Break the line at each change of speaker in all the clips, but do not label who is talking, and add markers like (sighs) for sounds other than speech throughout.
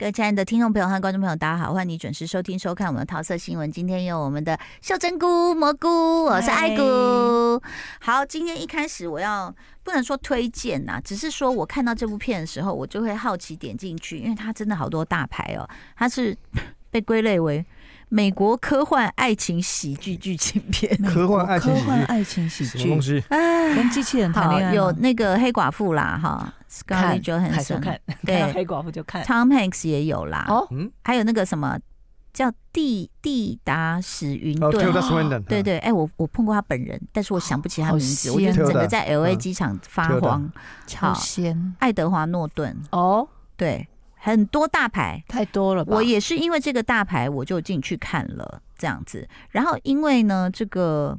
位亲爱的听众朋友和观众朋友，大家好，欢迎你准时收听收看我们的桃色新闻。今天有我们的秀珍菇、蘑菇，我是爱菇。好，今天一开始我要不能说推荐呐、只是说我看到这部片的时候，我就会好奇点进去，因为它真的好多大牌哦，它是被归类为美国科幻爱情喜剧剧情
(laughs)
片。
科幻爱情喜
嗯
剧
科幻爱情喜
什么
剧
东，西？
哎
跟机器人谈
好，
恋爱吗
有那个黑寡妇啦，哈，Scarlett
还是
Johansson，
看，
对
看到黑寡妇就看。
，Tom Hanks 也有啦，
哦，
嗯，
还有那个什么叫蒂蒂达史云
哦
顿。
，Tilda Swinton，
嗯对对，哎、我我碰过他本人，但是我想不起他
好
名字，我就
鲜
整个
特大
在 L A
嗯
机场发
特大
慌。
超仙
爱德华诺顿，
哦，
对，很多大牌，
太多了吧？
我也是因为这个大牌，我就进去看了这样子。然后因为呢，这个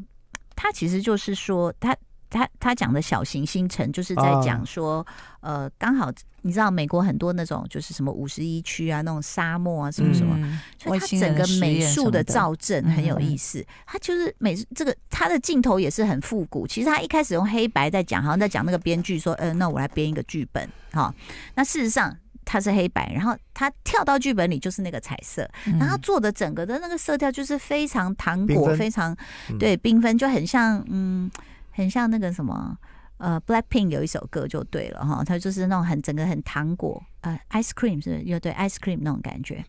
他其实就是说，他他他讲的小行星城，就是在
啊
讲说，呃，刚好你知道美国很多那种就是什么五十一区啊，那种沙漠啊，什么什么。
嗯
所以它整个美术的，嗯造阵很有意思，它就是美术这个它的镜头也是很复古。其实它一开始用黑白在讲，好像在讲那个编剧说，呃，那我来编一个剧本，哈、那事实上它是黑白，然后它跳到剧本里就是那个彩色，
外星人
嗯
的实验什么的
然后它做的整个的那个色调就是非常糖
缤
果，
纷
非常
嗯
对缤纷，就很像嗯，很像那个什么。呃，Blackpink 有一首歌就对了哈，它就是那种很整个很糖果，呃，ice cream 是不是又对 ice cream 那种感觉。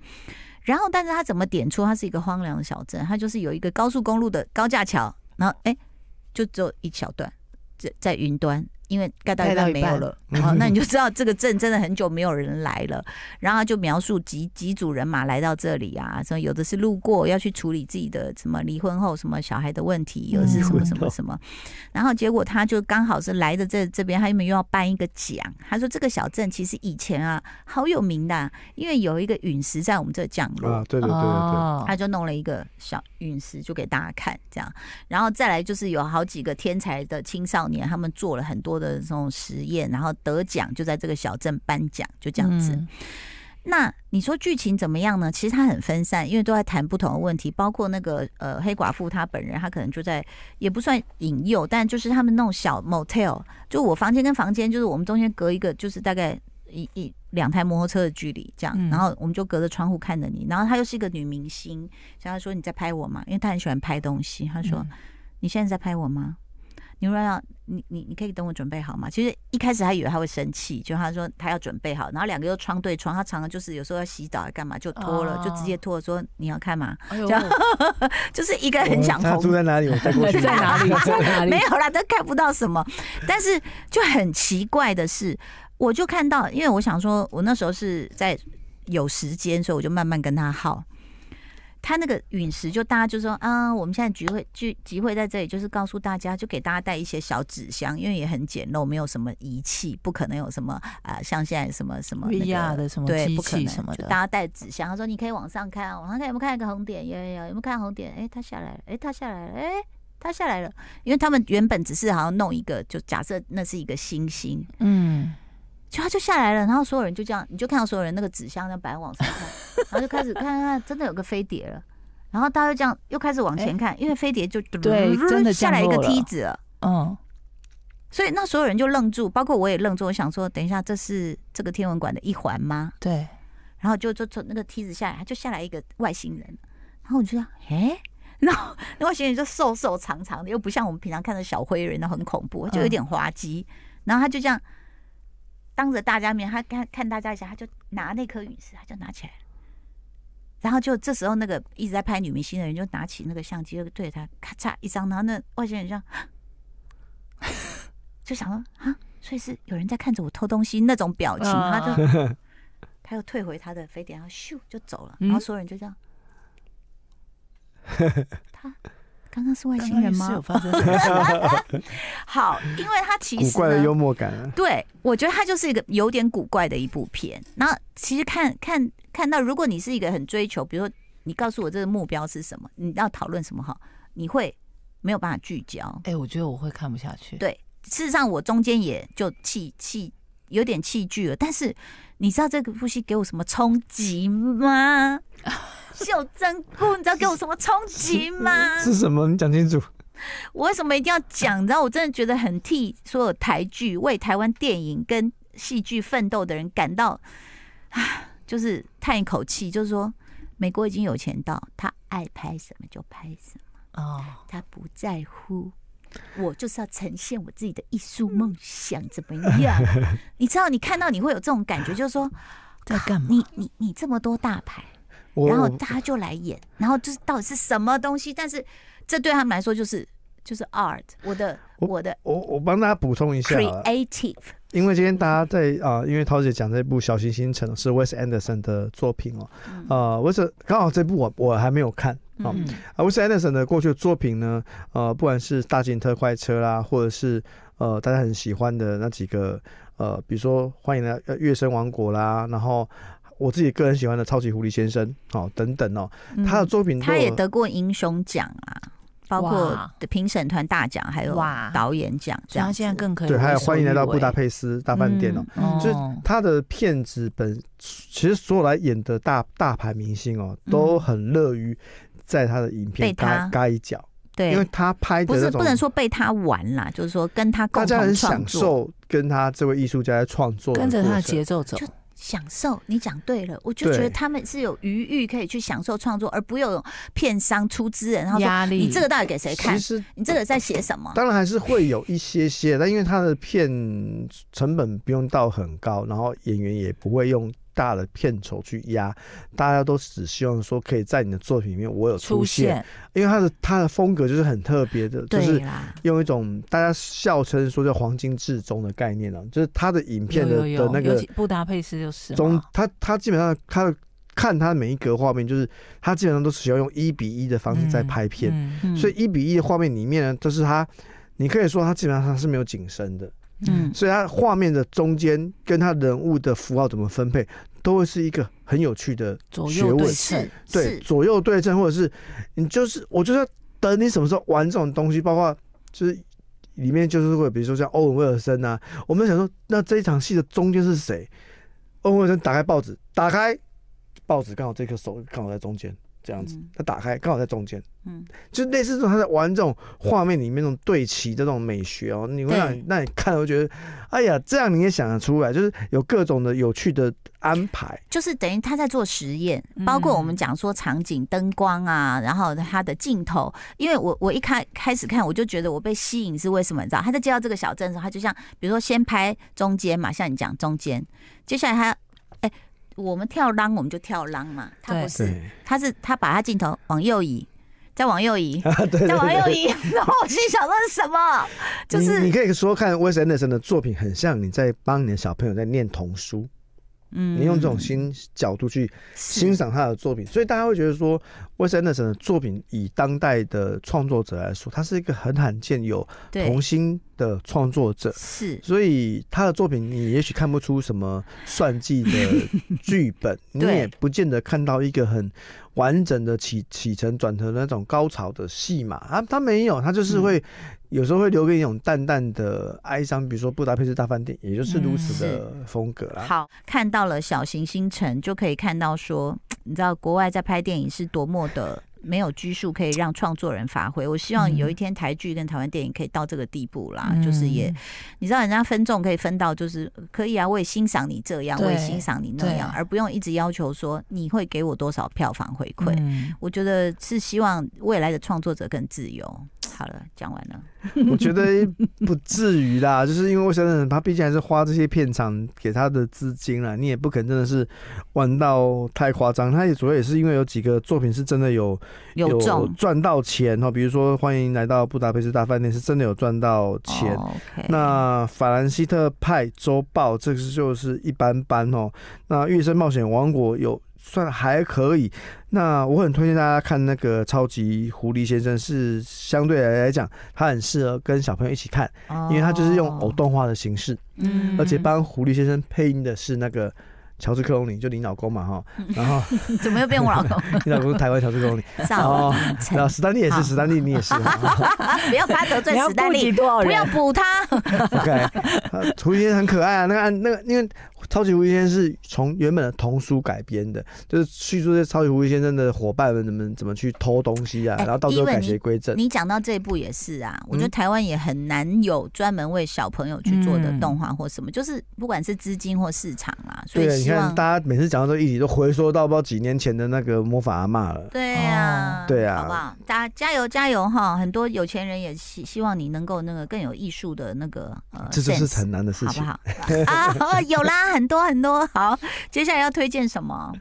然后，但是它怎么点出它是一个荒凉的小镇？它就是有一个高速公路的高架桥，然后哎，就只有一小段在在云端，因为盖到一
盖到
半
一
没有
半
了。
嗯
好，
(laughs)
那你就知道这个镇真的很久没有人来了。然后他就描述几几组人马来到这里啊，什么有的是路过要去处理自己的什么离婚后什么小孩的问题，有的是什么什么什么，然后结果他就刚好是来的这这边，他们又要办一个奖。他说这个小镇其实以前啊好有名的啊、因为有一个陨石在我们这降落，
啊，对对对对对，
哦
他就弄了一个小陨石，就给大家看这样。然后再来就是有好几个天才的青少年，他们做了很多的这种实验，然后得奖，就在这个小镇颁奖，就这样子。
嗯
那你说剧情怎么样呢？其实它很分散，因为都在谈不同的问题，包括那个呃黑寡妇她本人，她可能就在也不算引诱，但就是他们那种小 motel，就我房间跟房间，就是我们中间隔一个，就是大概一一两台摩托车的距离这样，
嗯
然后我们就隔着窗户看着你，然后她又是一个女明星，所以她说你在拍我吗？因为她很喜欢拍东西，她说、你现在在拍我吗？你如果要你你你可以等我准备好吗？其实一开始他以为他会生气，就他说他要准备好，然后两个又窗对窗，他常常就是有时候要洗澡干嘛就脱了，
哦
就直接脱了说你要看嘛，
哎呦
这样 (laughs) 就是一个很想
我哦他住
红，
在哪里？我带
(laughs)
过去。
哎在哪里？ (laughs) 在哪里？
没有啦，都看不到什么，但是就很奇怪的是，我就看到，因为我想说，我那时候是在有时间，所以我就慢慢跟他耗。他那个陨石就大家就说啊，我们现在聚会聚集会在这里，就是告诉大家，就给大家带一些小纸箱，因为也很简陋，没有什么仪器，不可能有什么啊、像现在什么什么、那个、
VR 的什么
对，
机
不可
器
能
什么
就
的
大，家带纸箱，他说你可以往上看啊，往上看有没有看一个红点？有有有，有没有看红点？哎，它下来了，哎，它下来了，哎，它下来了。因为他们原本只是好像弄一个，就假设那是一个星星，
嗯，
就它就下来了，然后所有人就这样，你就看到所有人那个纸箱在摆往上
(laughs)
看，然后就开始看看看，真的有个飞碟了。然后大家就这样又开始往前看，因为飞碟就
(laughs) 对真的
下来一个
降落了
梯子了。
嗯，
所以那所有人就愣住，包括我也愣住。我想说，等一下，这是这个天文馆的一环吗？
对，
然后就就从那个梯子下来，他就下来一个外星人，然后我就想，哎， (laughs) 然后那外星人就瘦瘦长长的，又不像我们平常看的小灰人，那很恐怖，就有点滑稽。然后他就这样当着大家面，他看看大家一下，他就拿那颗陨石，他就拿起来了。然后就这时候，那个一直在拍女明星的人就拿起那个相机，就对着他咔嚓一张，然后那外星人就这样 (gasps) 就想说啊，所以是有人在看着我偷东西那种表情，
嗯
他就 (laughs) 他又退回他的飞碟，然后咻就走了，
嗯
然后所有人就这样， (laughs) 他刚刚是外星人
刚刚是有
吗？
发生
(laughs)
什么事
好，因为他其
(laughs) 古
实
怪的
呢
幽默感啊，
对，我觉得它就是一个有点古怪的一部片。那其实看看看到，如果你是一个很追求，比如说你告诉我这个目标是什么，你要讨论什么哈，你会没有办法聚焦。
哎，我觉得我会看不下去。
对，事实上我中间也就弃弃有点弃剧了，但是你知道这个部戏给我什么冲击
(laughs)
吗？秀珍菇，你知道给我什么冲击吗？
是什么？你讲清楚。
我为什么一定要讲？你知道，我真的觉得很替所有台剧为台湾电影跟戏剧奋斗的人感到，啊， (sighs) 就是叹一口气，就是说美国已经有钱到他爱拍什么就拍什么，
哦，
他不在乎。我就是要呈现我自己的艺术梦想，怎么
(laughs)
样？你知道，你看到你会有这种感觉，就是说，
在干嘛？
你你你这么多大牌，
我
然后
我
他就来演，然后就是到底是什么东西？但是这对他们来说就是就是 art，我的
我
我的
我我帮大家补充一下啊，
creative，
因为今天大家在啊、因为桃姐讲这部《小行星城》是 Wes Anderson 的作品哦，
嗯
呃，Wes 刚好这部我我还没有看啊、
嗯
啊，Wes Anderson 的过去的作品呢，呃，不管是《大型特快车》啦，或者是呃大家很喜欢的那几个呃，比如说《欢迎来呃月升王国》啦，然后我自己个人喜欢的《超级狐狸先生》哦等等哦，他的
嗯
作品都
他也
有
得过英雄奖啊，包括
哇
的评审团大奖，还有
哇
导演奖这
所以
样
他
子。
现在更可以
对，还有
为所
欢迎来
欲
到布达
为
佩斯大饭店哦。
嗯
就是
哦
他的片子本，其实所有来演的大大牌明星哦，
嗯
都很乐于在他的影片
被他
嘎嘎一脚，因为
对，
他拍的
不
那
是
种，
不能说被他玩啦，就是说跟他
大
共
家很
同
享
创作，
受跟他这位艺术家在创作的
跟着他
过
的
程
节奏走，
就享受。你讲对了，我就
对
觉得他们是有余裕可以去享受创作，而不有片商出资人，然后说
压力
你这个到底给谁看
其？实
你这个在写什么？
当然还是会有一
(laughs)
些些，但因为他的片成本不用到很高，然后演员也不会用大的片酬去压，大家都只希望说可以在你的作品里面我有
出
出现，
现
因为他的他的风格就是很特别的，就是
对啦，
用一种大家笑称说叫“黄金至中”的概念啊，就是他的影片的
有有有
的那
尤
个
其布达佩斯就是
中
嘛，
他他基本上他的看他每一格画面，就是他基本上都是要用一比一的方式在拍片，
嗯嗯
所以一比一的画面里面呢，就是他，你可以说他基本上是没有景深的，
嗯
所以他画面的中间跟他人物的符号怎么分配，都会是一个很有趣的
左
学
右
问
对
是
称，
对
是，
左右对称，或者是你就是我就是要等你什么时候玩这种东西，包括就是里面就是会比如说像欧文威尔森啊，我们想说那这一场戏的中间是谁？欧文威尔森打开报纸，打开报纸刚好这颗手刚好在中间这样子
嗯，
他打开刚好在中间，
嗯，
就类似这种他在玩这种画面里面那种对齐的这种美学哦，你会
对
让你让你看，我觉得哎呀，这样你也想得出来，就是有各种的有趣的安排，
就是等于他在做实验，
嗯
包括我们讲说场景、灯光啊，然后他的镜头。因为我我一开开始看，我就觉得我被吸引是为什么？你知道，他在介绍这个小镇的时候，他就像比如说先拍中间嘛，像你讲中间，接下来他哎、我们跳浪我们就跳浪嘛，他
对
不是，
对，
他是他把他镜头往右移，再往右
(laughs)
移，
啊 (laughs) 对对
再往
对
右
对
移，然后我心想说是什么？就是
你你可以说看 Wes Anderson 的作品，很像你在帮你的小朋友在念童书，
嗯
你用这种新角度去欣
是
赏他的作品，所以大家会觉得说 Wes Anderson 的作品以当代的创作者来说，他是一个很罕见有
对
童心的创作者。
是
所以他的作品，你也许看不出什么算计的剧
(laughs)
本，你
对
也不见得看到一个很完整的起起承转合的那种高潮的戏嘛。啊，他没有，他
嗯
就是会、有时候会留给你一种淡淡的哀伤，比如说《布达佩斯大饭店》，也就是如此的风格啦。
嗯好，看到了小行星城，就可以看到说，你知道国外在拍电影是多么的没有拘束，可以让创作人发挥。我希望
嗯
有一天台剧跟台湾电影可以到这个地步啦，
嗯
就是也，你知道人家分众可以分到，就是呃可以啊，我也欣赏你这样，
对
我也欣赏你那样，
对
而不用一直要求说你会给我多少票房回馈。
嗯
我觉得是希望未来的创作者更自由。好了，讲完了。
我觉得 (laughs) 不至于啦，就是因为我想想，他毕竟还是花这些片场给他的资金啦，你也不可能真的是玩到太夸张。他也主要也是因为有几个作品是真的有
有重
赚到钱哦，比如说欢迎来到布达佩斯大饭店，是真的有赚到钱。
哦，OK，
那法兰西特派周报这个就是一般般哦。那月升冒险王国有算还可以。那我很推荐大家看那个超级狐狸先生，是相对来讲，他很适合跟小朋友一起看，因为他就是用偶
哦，
动画的形式，
嗯 (laughs)
而且帮狐狸先生配音的是那个乔治克隆尼，就你老公嘛
(laughs)
哈。然后
怎么又变我老公？
你老公是台湾乔治
(laughs)
克隆尼，
赵
哦
明
然后
诚，
史丹利也
好
是，史丹利你也是。哈
(laughs) 不要怕得罪
你要
史丹
顾及
利，
多少
不要
人？
补
(laughs)
他。 (laughs)
OK，呃狐狸先生很可爱啊，那个按那个，因为超级狐狸先生是从原本的童书改编的，就是叙述这超级狐狸先生的伙伴们怎么怎么去偷东西啊，
哎
然后到最后
因为
改
你
邪归正。
你讲到这一步也是啊，我觉得
嗯
台湾也很难有专门为小朋友去做的动画或什么，就是不管是资金或市场啦、嘛，所以
对，你
希望
看大家每次讲到这个议题，都回缩到不知道几年前的那个魔法阿嬷了。
对呀、
哦
对啊
好不好？大家加油加油哈！很多有钱人也希希望你能够那个更有艺术的那个呃，
这就是
sense，
很难的事
好不
情。
好？啊，好有啦，很多很多。好，接下来要推荐什么？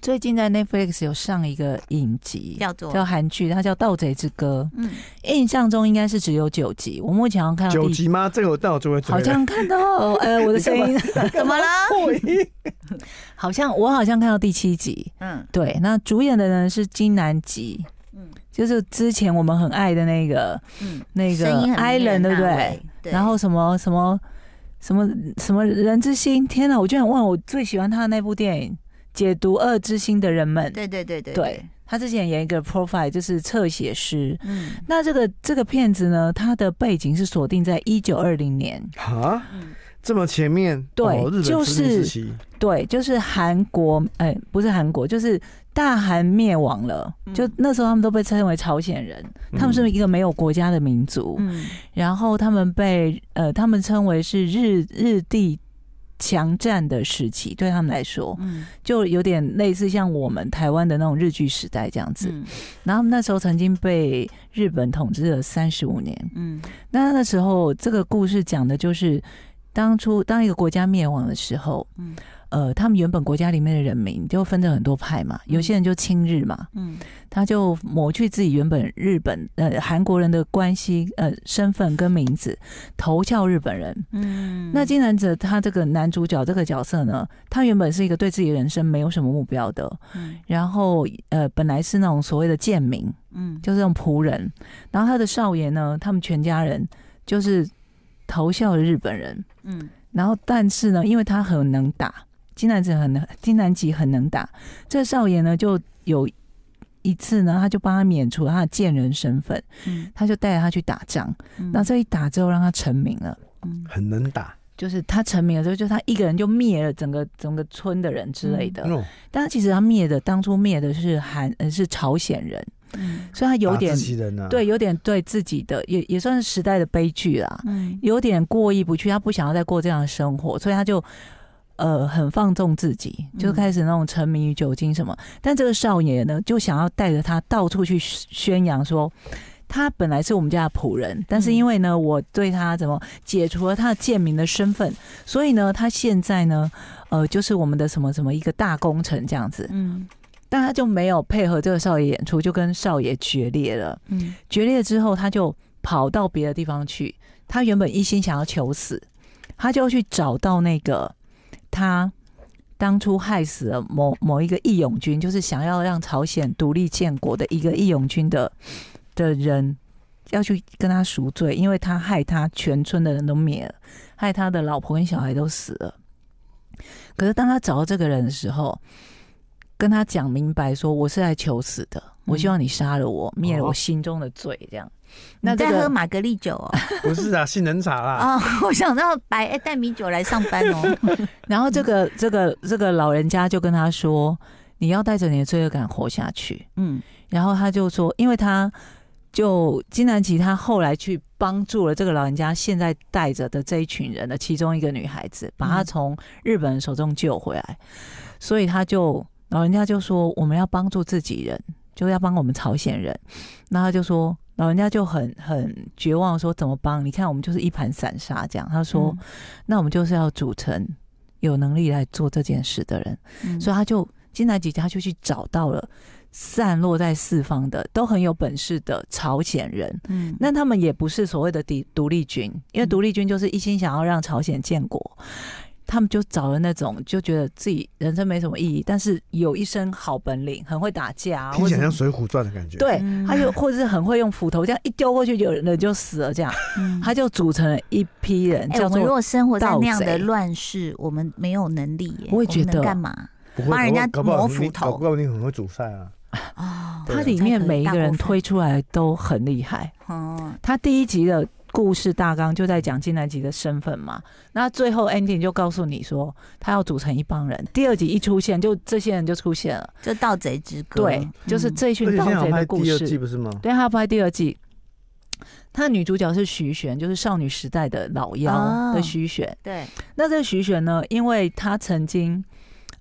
最近在 Netflix 有上一个影集，
叫做
叫韩剧，它叫《盗贼之歌
嗯，》，
印象中应该是只有九集，我目前好像看到
九
第，
级吗？这个我但我就会追了
好像看到呃我的声 (laughs) 音，
怎么了？
破音。
(laughs) 好像我好像看到第七集，
嗯
对，那主演的呢是金南吉，
嗯
就是之前我们很爱的那个
嗯，
那个
声音很迷
Island
人
对
那
不对
位？？对
然后什么什么什么什么人之心，天哪！我居然忘了我最喜欢他的那部电影《解读恶之心的人们》。
对对对对
对，他之前演一个 profile 就是侧写师。
嗯
那这个这个片子呢，它的背景是锁定在一九二零年，
啊，
嗯
这么前面
对
哦日本
就
殖民
是
时期
对，就是韩国，哎、不是韩国，就是大韩灭亡了，就
嗯
那时候他们都被称为朝鲜人，他们是
嗯
一个没有国家的民族，
嗯
然后他们被呃，他们称为是日日帝强占的时期，对他们来说，
嗯
就有点类似像我们台湾的那种日据时代这样子。
嗯
然后那时候曾经被日本统治了三十五年。
嗯
那那时候这个故事讲的就是，当初当一个国家灭亡的时候，
嗯
呃，他们原本国家里面的人民就分成很多派嘛，
嗯
有些人就亲日嘛，
嗯
他就抹去自己原本日本呃韩国人的关系呃身份跟名字，投效日本人。
嗯，
那金南哲他这个男主角这个角色呢，他原本是一个对自己的人生没有什么目标的，
嗯
然后呃本来是那种所谓的贱民，
嗯
就是那种仆人，然后他的少爷呢，他们全家人就是投效了日本人，
嗯
然后但是呢，因为他很能打，金南子很能，金南吉很能打，这少爷呢就有一次呢，他就帮他免除了他的贱人身份，
嗯，
他就带着他去打仗，那这一打之后让他成名了。
嗯
很能打
就是他成名了之后，就他一个人就灭了整个整个村的人之类的。
呃
那种
但其实他灭的当初灭的是韩呃是朝鲜人，
嗯
所以他有
打
点
自己人啊，
对有点对自己的也也算是时代的悲剧啦，
嗯
有点过意不去，他不想要再过这样的生活，所以他就。呃，很放纵自己，
嗯
就开始那种沉迷于酒精什么。但这个少爷呢，就想要带着他到处去宣宣扬说，他本来是我们家的仆人，但是
嗯
因为呢，我对他怎么解除了他的贱民的身份，所以呢，他现在呢，呃，就是我们的什么什么一个大功臣这样子。
嗯
但他就没有配合这个少爷演出，就跟少爷决裂了。
嗯
决裂之后，他就跑到别的地方去。他原本一心想要求死，他就去找到那个他当初害死了某某一个义勇军，就是想要让朝鲜独立建国的一个义勇军的的人，要去跟他赎罪，因为他害他全村的人都灭了，害他的老婆跟小孩都死了。可是当他找到这个人的时候，跟他讲明白说我是来求死的，我希望你杀了我，灭了我
哦
心中的罪，这样。
你
那这
在喝
个
玛格丽酒
(laughs)
哦？
不是啊，杏仁茶啦，
啊， (laughs) 我想到白哎带米酒来上班哦。
然后这个这个这个老人家就跟他说，你要带着你的罪恶感活下去。
嗯
然后他就说，因为他就金南吉，他后来去帮助了这个老人家现在带着的这一群人的其中一个女孩子，把她从日本人手中救回来，所以他就老人家就说，我们要帮助自己人，就要帮我们朝鲜人。那他就说。老人家就很很绝望，说怎么帮？你看我们就是一盘散沙这样。他 (laughs) 说，那我们就是要组成有能力来做这件事的人，
嗯，
所
以
以他就金南吉他就去找到了散落在四方的都很有本事的朝鲜人，
嗯
那他们也不是所谓的敌独立军，因为
嗯
独立军就是一心想要让朝鲜建国。他们就找了那种就觉得自己人生没什么意义，但是有一身好本领，很会打架、啊，
听起
或者
来像《水浒传》的感觉。，
对
嗯，
他就或者是很会用斧头，这样一丢过去，有人就死了，这样
嗯
他就组成了一批人，
哎，
叫
我们如
做
果生活在那样
盗
的
贼
乱世，我们没有能力耶，
我
们
也觉
能
得
干嘛
不会
帮人家
搞不好
磨
你
斧头
搞不好你很会煮菜啊。
哦，
对
它
啊
里面每一个人
才可以
推出来都很厉害。
大过分哦，
他第一集的故事大纲就在讲金南吉的身份嘛，那最后 ending 就告诉你说他要组成一帮人。第二集一出现，就这些人就出现了，
就盗贼之歌，
对，就是
嗯
这一
而
群
且
盗
现在有
贼
拍
的故
第二季
事。
不是吗？
对，他要拍第二季，她的女主角是徐玄，就是少女时代的老
哦
啊
妖的徐玄。
对，
那这个徐玄呢，因为她曾经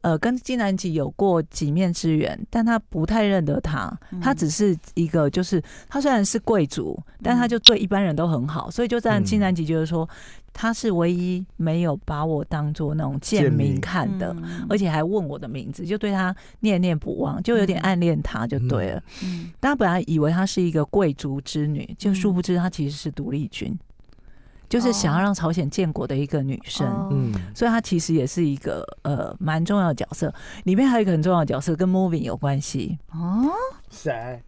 呃跟金南吉有过几面之缘，但她不太认得他
嗯，
她只是一个就是她虽然是贵族，但她
嗯
就对一般人都很好，所以就让金
嗯
南吉觉得说她是唯一没有把我当做那种贱
贱
民
民
看的。
嗯
而且还问我的名字，就对她念念不忘，就有点
嗯
暗恋她就对了。
嗯
大家本来以为她是一个贵族之女，就殊不知她其实是独立军，就是想要
哦
让朝鲜建国的一个女生。
哦
嗯，
所以她其实也是一个呃蛮重要的角色。里面还有一个很重要的角色跟 movie 有关系。
哦，
谁？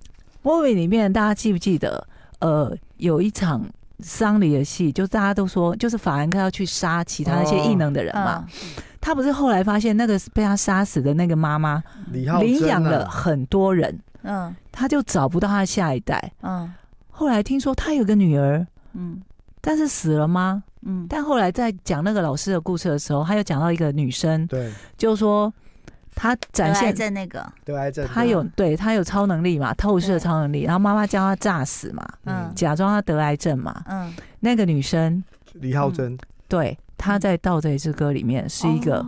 movie 里面大家记不记得？呃，有一场丧礼的戏，就大家都说，就是法兰克要去杀其他那些异能的人嘛。
嗯
他不是后来发现那个被他杀死的那个妈妈
李浩
领养
真
了
啊，
很多人，
嗯
他就找不到他的下一代。
嗯
后来听说他有个女儿，
嗯
但是死了吗？
嗯，
但后来在讲那个老师的故事的时候，他又讲到一个女生，
对，
就说她展现
在那个，
对癌症，
他有对他有超能力嘛，透视
对
的超能力，然后妈妈叫他炸死嘛，
嗯
假装他得癌症嘛。
嗯，
那个女生
李浩真，
嗯对她在《盗贼之歌》里面是一个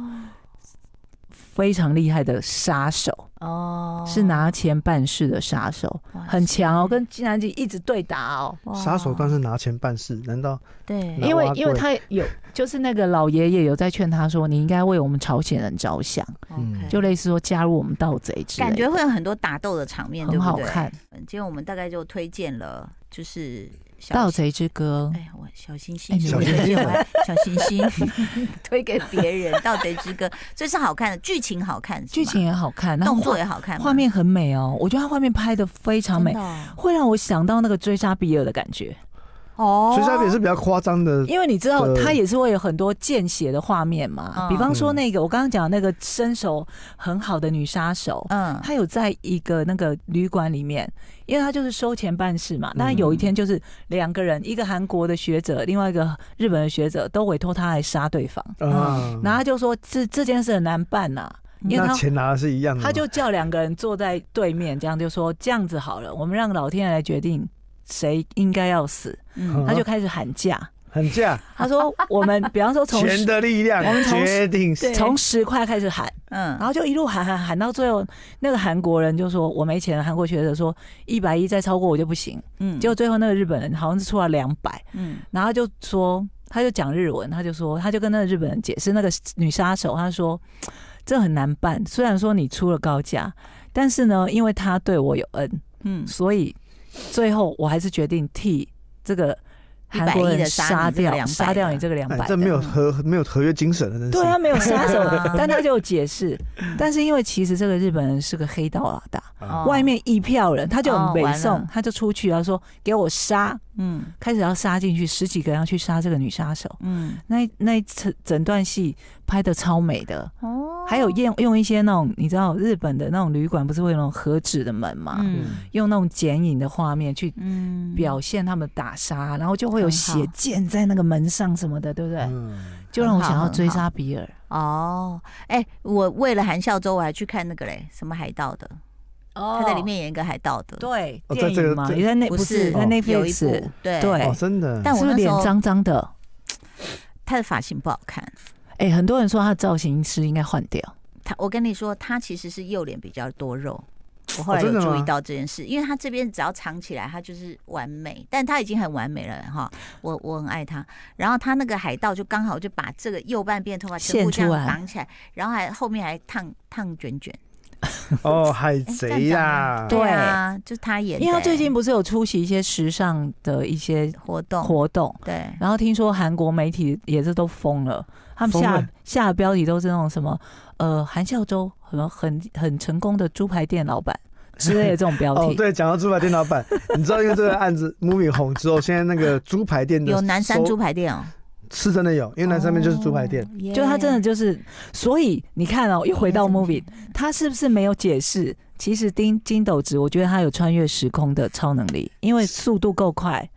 非常厉害的杀手，
哦，
是拿钱办事的杀手，
哇
很强哦，
塞
跟金南吉一直对打哦。
哇
杀手但是拿钱办事，难道
对，
拿
因为
挖
因为
棍
他 (laughs) 有，就是那个老爷爷有在劝他说，你应该为我们朝鲜人着想，
嗯
OK
就类似说加入我们盗贼之类的，
感觉会有很多打斗的场面，对
很
不
好
对？
看。
嗯今天我们大概就推荐了，就是
《
小
盗。贼之歌》
哎，我小星
哎
星，
你
小星星
我还小星星 (laughs) 推给别人，《盗贼之歌》这是好看的，剧情好看，是
剧
吗
情也好看，然后
动
画
作也好看吗，
画面很美哦，我觉得它画面拍的非常
真
美
的，哦
会让我想到那个追杀比尔的感觉，
哦，
所以他也是比较夸张的，
因为你知道
对
它也是会有很多见血的画面嘛，
嗯
比方说那个我刚刚讲的那个身手很好的女杀手。
嗯，
她有在一个那个旅馆里面，因为她就是收钱办事嘛。那
嗯
有一天就是两个人，一个韩国的学者，另外一个日本的学者，都委托她来杀对方。
嗯
啊，
然后她就说这这件事很难办呐、嗯因为
那
她
钱拿的是一样的嘛，
他就叫两个人坐在对面，这样就说这样子好了，我们让老天爷来决定谁应该要死。
嗯
他就开始喊价，
很价，
他说我们比方说从
钱的力量
我们从
决定
对
从十块开始喊，然
嗯，
后就一路喊喊喊到最后，那个韩国人就说我没钱了，韩国学者说一百一再超过我就不行。
嗯
结果最后那个日本人好像是出了两百，
嗯
然后就说他就讲日文，他就说他就跟那个日本人解释那个女杀手，他说这很难办，虽然说你出了高价，但是呢，因为他对我有恩。
嗯，
所以最后我还是决定替这个韩国
100亿
人
的杀
杀
你这个
掉
200
杀掉你这个两
哎
百，
这没有合没有合约精神的，真是
对他没有杀
(laughs)
手
啊，
但他就有解释，但是因为其实这个日本人是个黑道老大，
哦
外面一票人，他就
哦
很北
完
宋
了，
他就出去，他说给我杀，
嗯
开始要杀进去，十几个人要去杀这个女杀手。
嗯，
那一那一整整段戏拍的超美的，
哦，
还有用用一些那种你知道日本的那种旅馆不是会有那种盒纸的门嘛，
嗯
用那种剪影的画面去
嗯
表现他们打杀，然后就会有
很好
血溅在那个门上什么的，对不对？
嗯，
就让我
很好
想要
很
追
好
杀比尔。
哦，哎，我为了韩孝周，我还去看那个嘞，什么海盗的，
哦
他在里面演一个海盗的，
对
哦
电
在这
影
个
嘛，
这
也在那
不
不
是
是在
哦
那
有
Netflix
一
是
部对
对
哦，真的，
但我
不是
那时
脸
候
脏脏的？
他的发型不好看。
哎，很多人说他的造型师应该换掉。
他，我跟你说，他其实是右脸比较多
哦
肉。我后来有
哦真的
注意
吗
到这件事，因为他这边只要藏起来，他就是完美，但他已经很完美了哈。我我很爱他。然后他那个海盗就刚好就把这个右半边的头发全部这
现
样
出来
绑起来，然后还后面还烫烫卷卷。
哦，海
哎
贼啦，
这样讲吗对啊，就是他演的、
因为他最近不是有出席一些时尚的一些
活动
活动，
对
然后听说韩国媒体也是都疯了，他们
疯
下
了
下的标题都是那种什么呃韩孝周什么很很成功的猪排店老板之类的这种标
哦，
题。
对，讲到猪排店
(laughs)
老板，你知道因为这个案子 movie 红之后，现在那个猪排店的
有南山
收
猪排店哦，
是真的有，因为南山面就是猪排店，
哦，
就他真 (laughs) 的
耶，
就是，所以你看哦，又回到 movie，他是不是没有解释？其实丁金斗子，我觉得他有穿越时空的超能力，因为速度够快，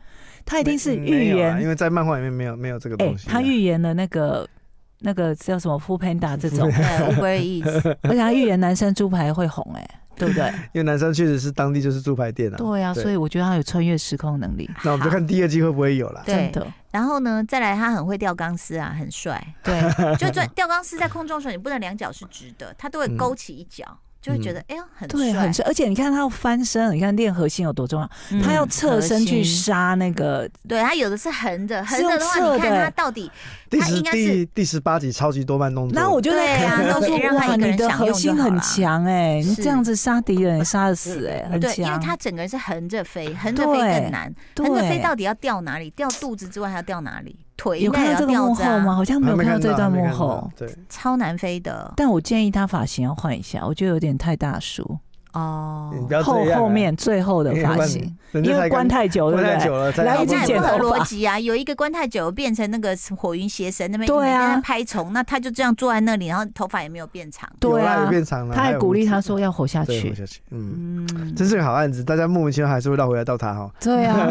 他一定是
没没
预
有啦因
言，
为在漫画里面没有没有这个
哎、
东西啊。
他预言了那个
(laughs)
那个叫什么 f o o Panda 这种
对 Uber Eats
(laughs) 而且他预言男生猪排会红、哎，对不对？
因为南山确实是当地就是猪排店啊。
对呀、所以我觉得他有穿越时空能力，
(laughs) 那我们就看第二季会不会有啦。
对
真的
然后呢，再来他很会吊钢丝啊，很
(laughs)
帅。
对，
就转吊钢丝在空中的时候，你不能两脚是直的，他都会勾起一脚，
嗯
就会觉得哎呦很
对，
帅
很。帅。而且你看他要翻身，你看练核心有多重要，
嗯
他要侧身去
核心
杀那个，
对他有的是横着，横
是用
着的话，你
侧
看
的
他到底
第
他
十
应该是
第第十八集超级多慢动作。
然后我就在
对啊
看，
都可以
说
让他
哇，
一个人
你的
享用就
核心
好
很
啦
强哎，你
是
这样子杀敌人也杀得死哎，很
对，因为
强。
他整个人是横着飞，横着飞更难。
对
横着飞到底要掉哪里？掉肚子之外还要掉哪里？腿应
有
该也
看
要
到这个
掉
幕
着
后吗？
啊，
好像没
还
有
没
看到这
到
段
还没
幕
看到
后，
对，
超难飞的
但我建议他发型要换一下，我觉得有点太大叔。
哦。
你不要这
后
样啊
后面最后的发型，
人
因
家
为
才
关
刚
太久，对
关
不
太
对？
久了，才
来
哎那
不
刚
及
也
剪
不合
头发
逻辑啊！有一个关太久变成那个火云邪神那边，
对啊
你跟他拍虫，那他就这样坐在那里，然后头发也没有变长。
有
对
啦
啊
也，变长了，
他还
有
鼓励
胡子
他说要活下
对
去
活。下去，嗯，
嗯，
真是个好案子，大家莫名其妙还是会绕回来到他哈。
对
(laughs)
啊，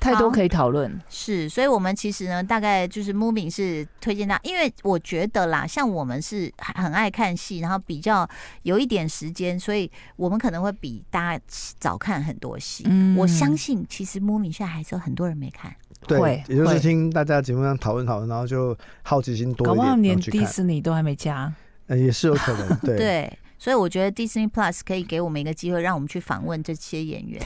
太多
好
可以讨论。
是，所以我们其实呢，大概就是 Moving 是推荐他，因为我觉得啦，像我们是很很爱看戏，然后比较有一点时间，所以我们可能会比大家早看很多戏。
嗯
我相信，其实 Moving 现在还是有很多人没看。
对
会，
也就是
会
听大家节目上讨论讨论，然后就好奇心多一
搞
点，
不好连
然后去
迪
看，
士尼都还没加。
呃也是有可能，对，
对，所以我觉得 Disney Plus 可以给我们一个机会，让我们去访问这些演
(laughs)
员，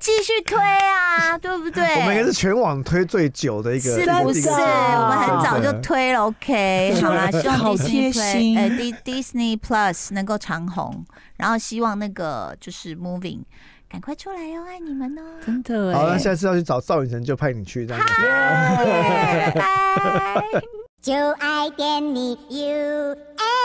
继续推啊，对不对？
我们应该是全网推最久的一个，
是
一个
不
不
是，
一
是
个
我们很早就
真的
推了。OK，好
(laughs)
啦，希望
好
Disney
贴
Play
心
呃 D Disney Plus 能够长红，然后希望那个就是 Moving 赶快出来哦，爱你们哦，
(laughs)
(laughs)
真的
好，那
哎，
下次要去找赵雨辰就派你去，这样子。
(laughs) 拜拜。
就爱点你 UFO。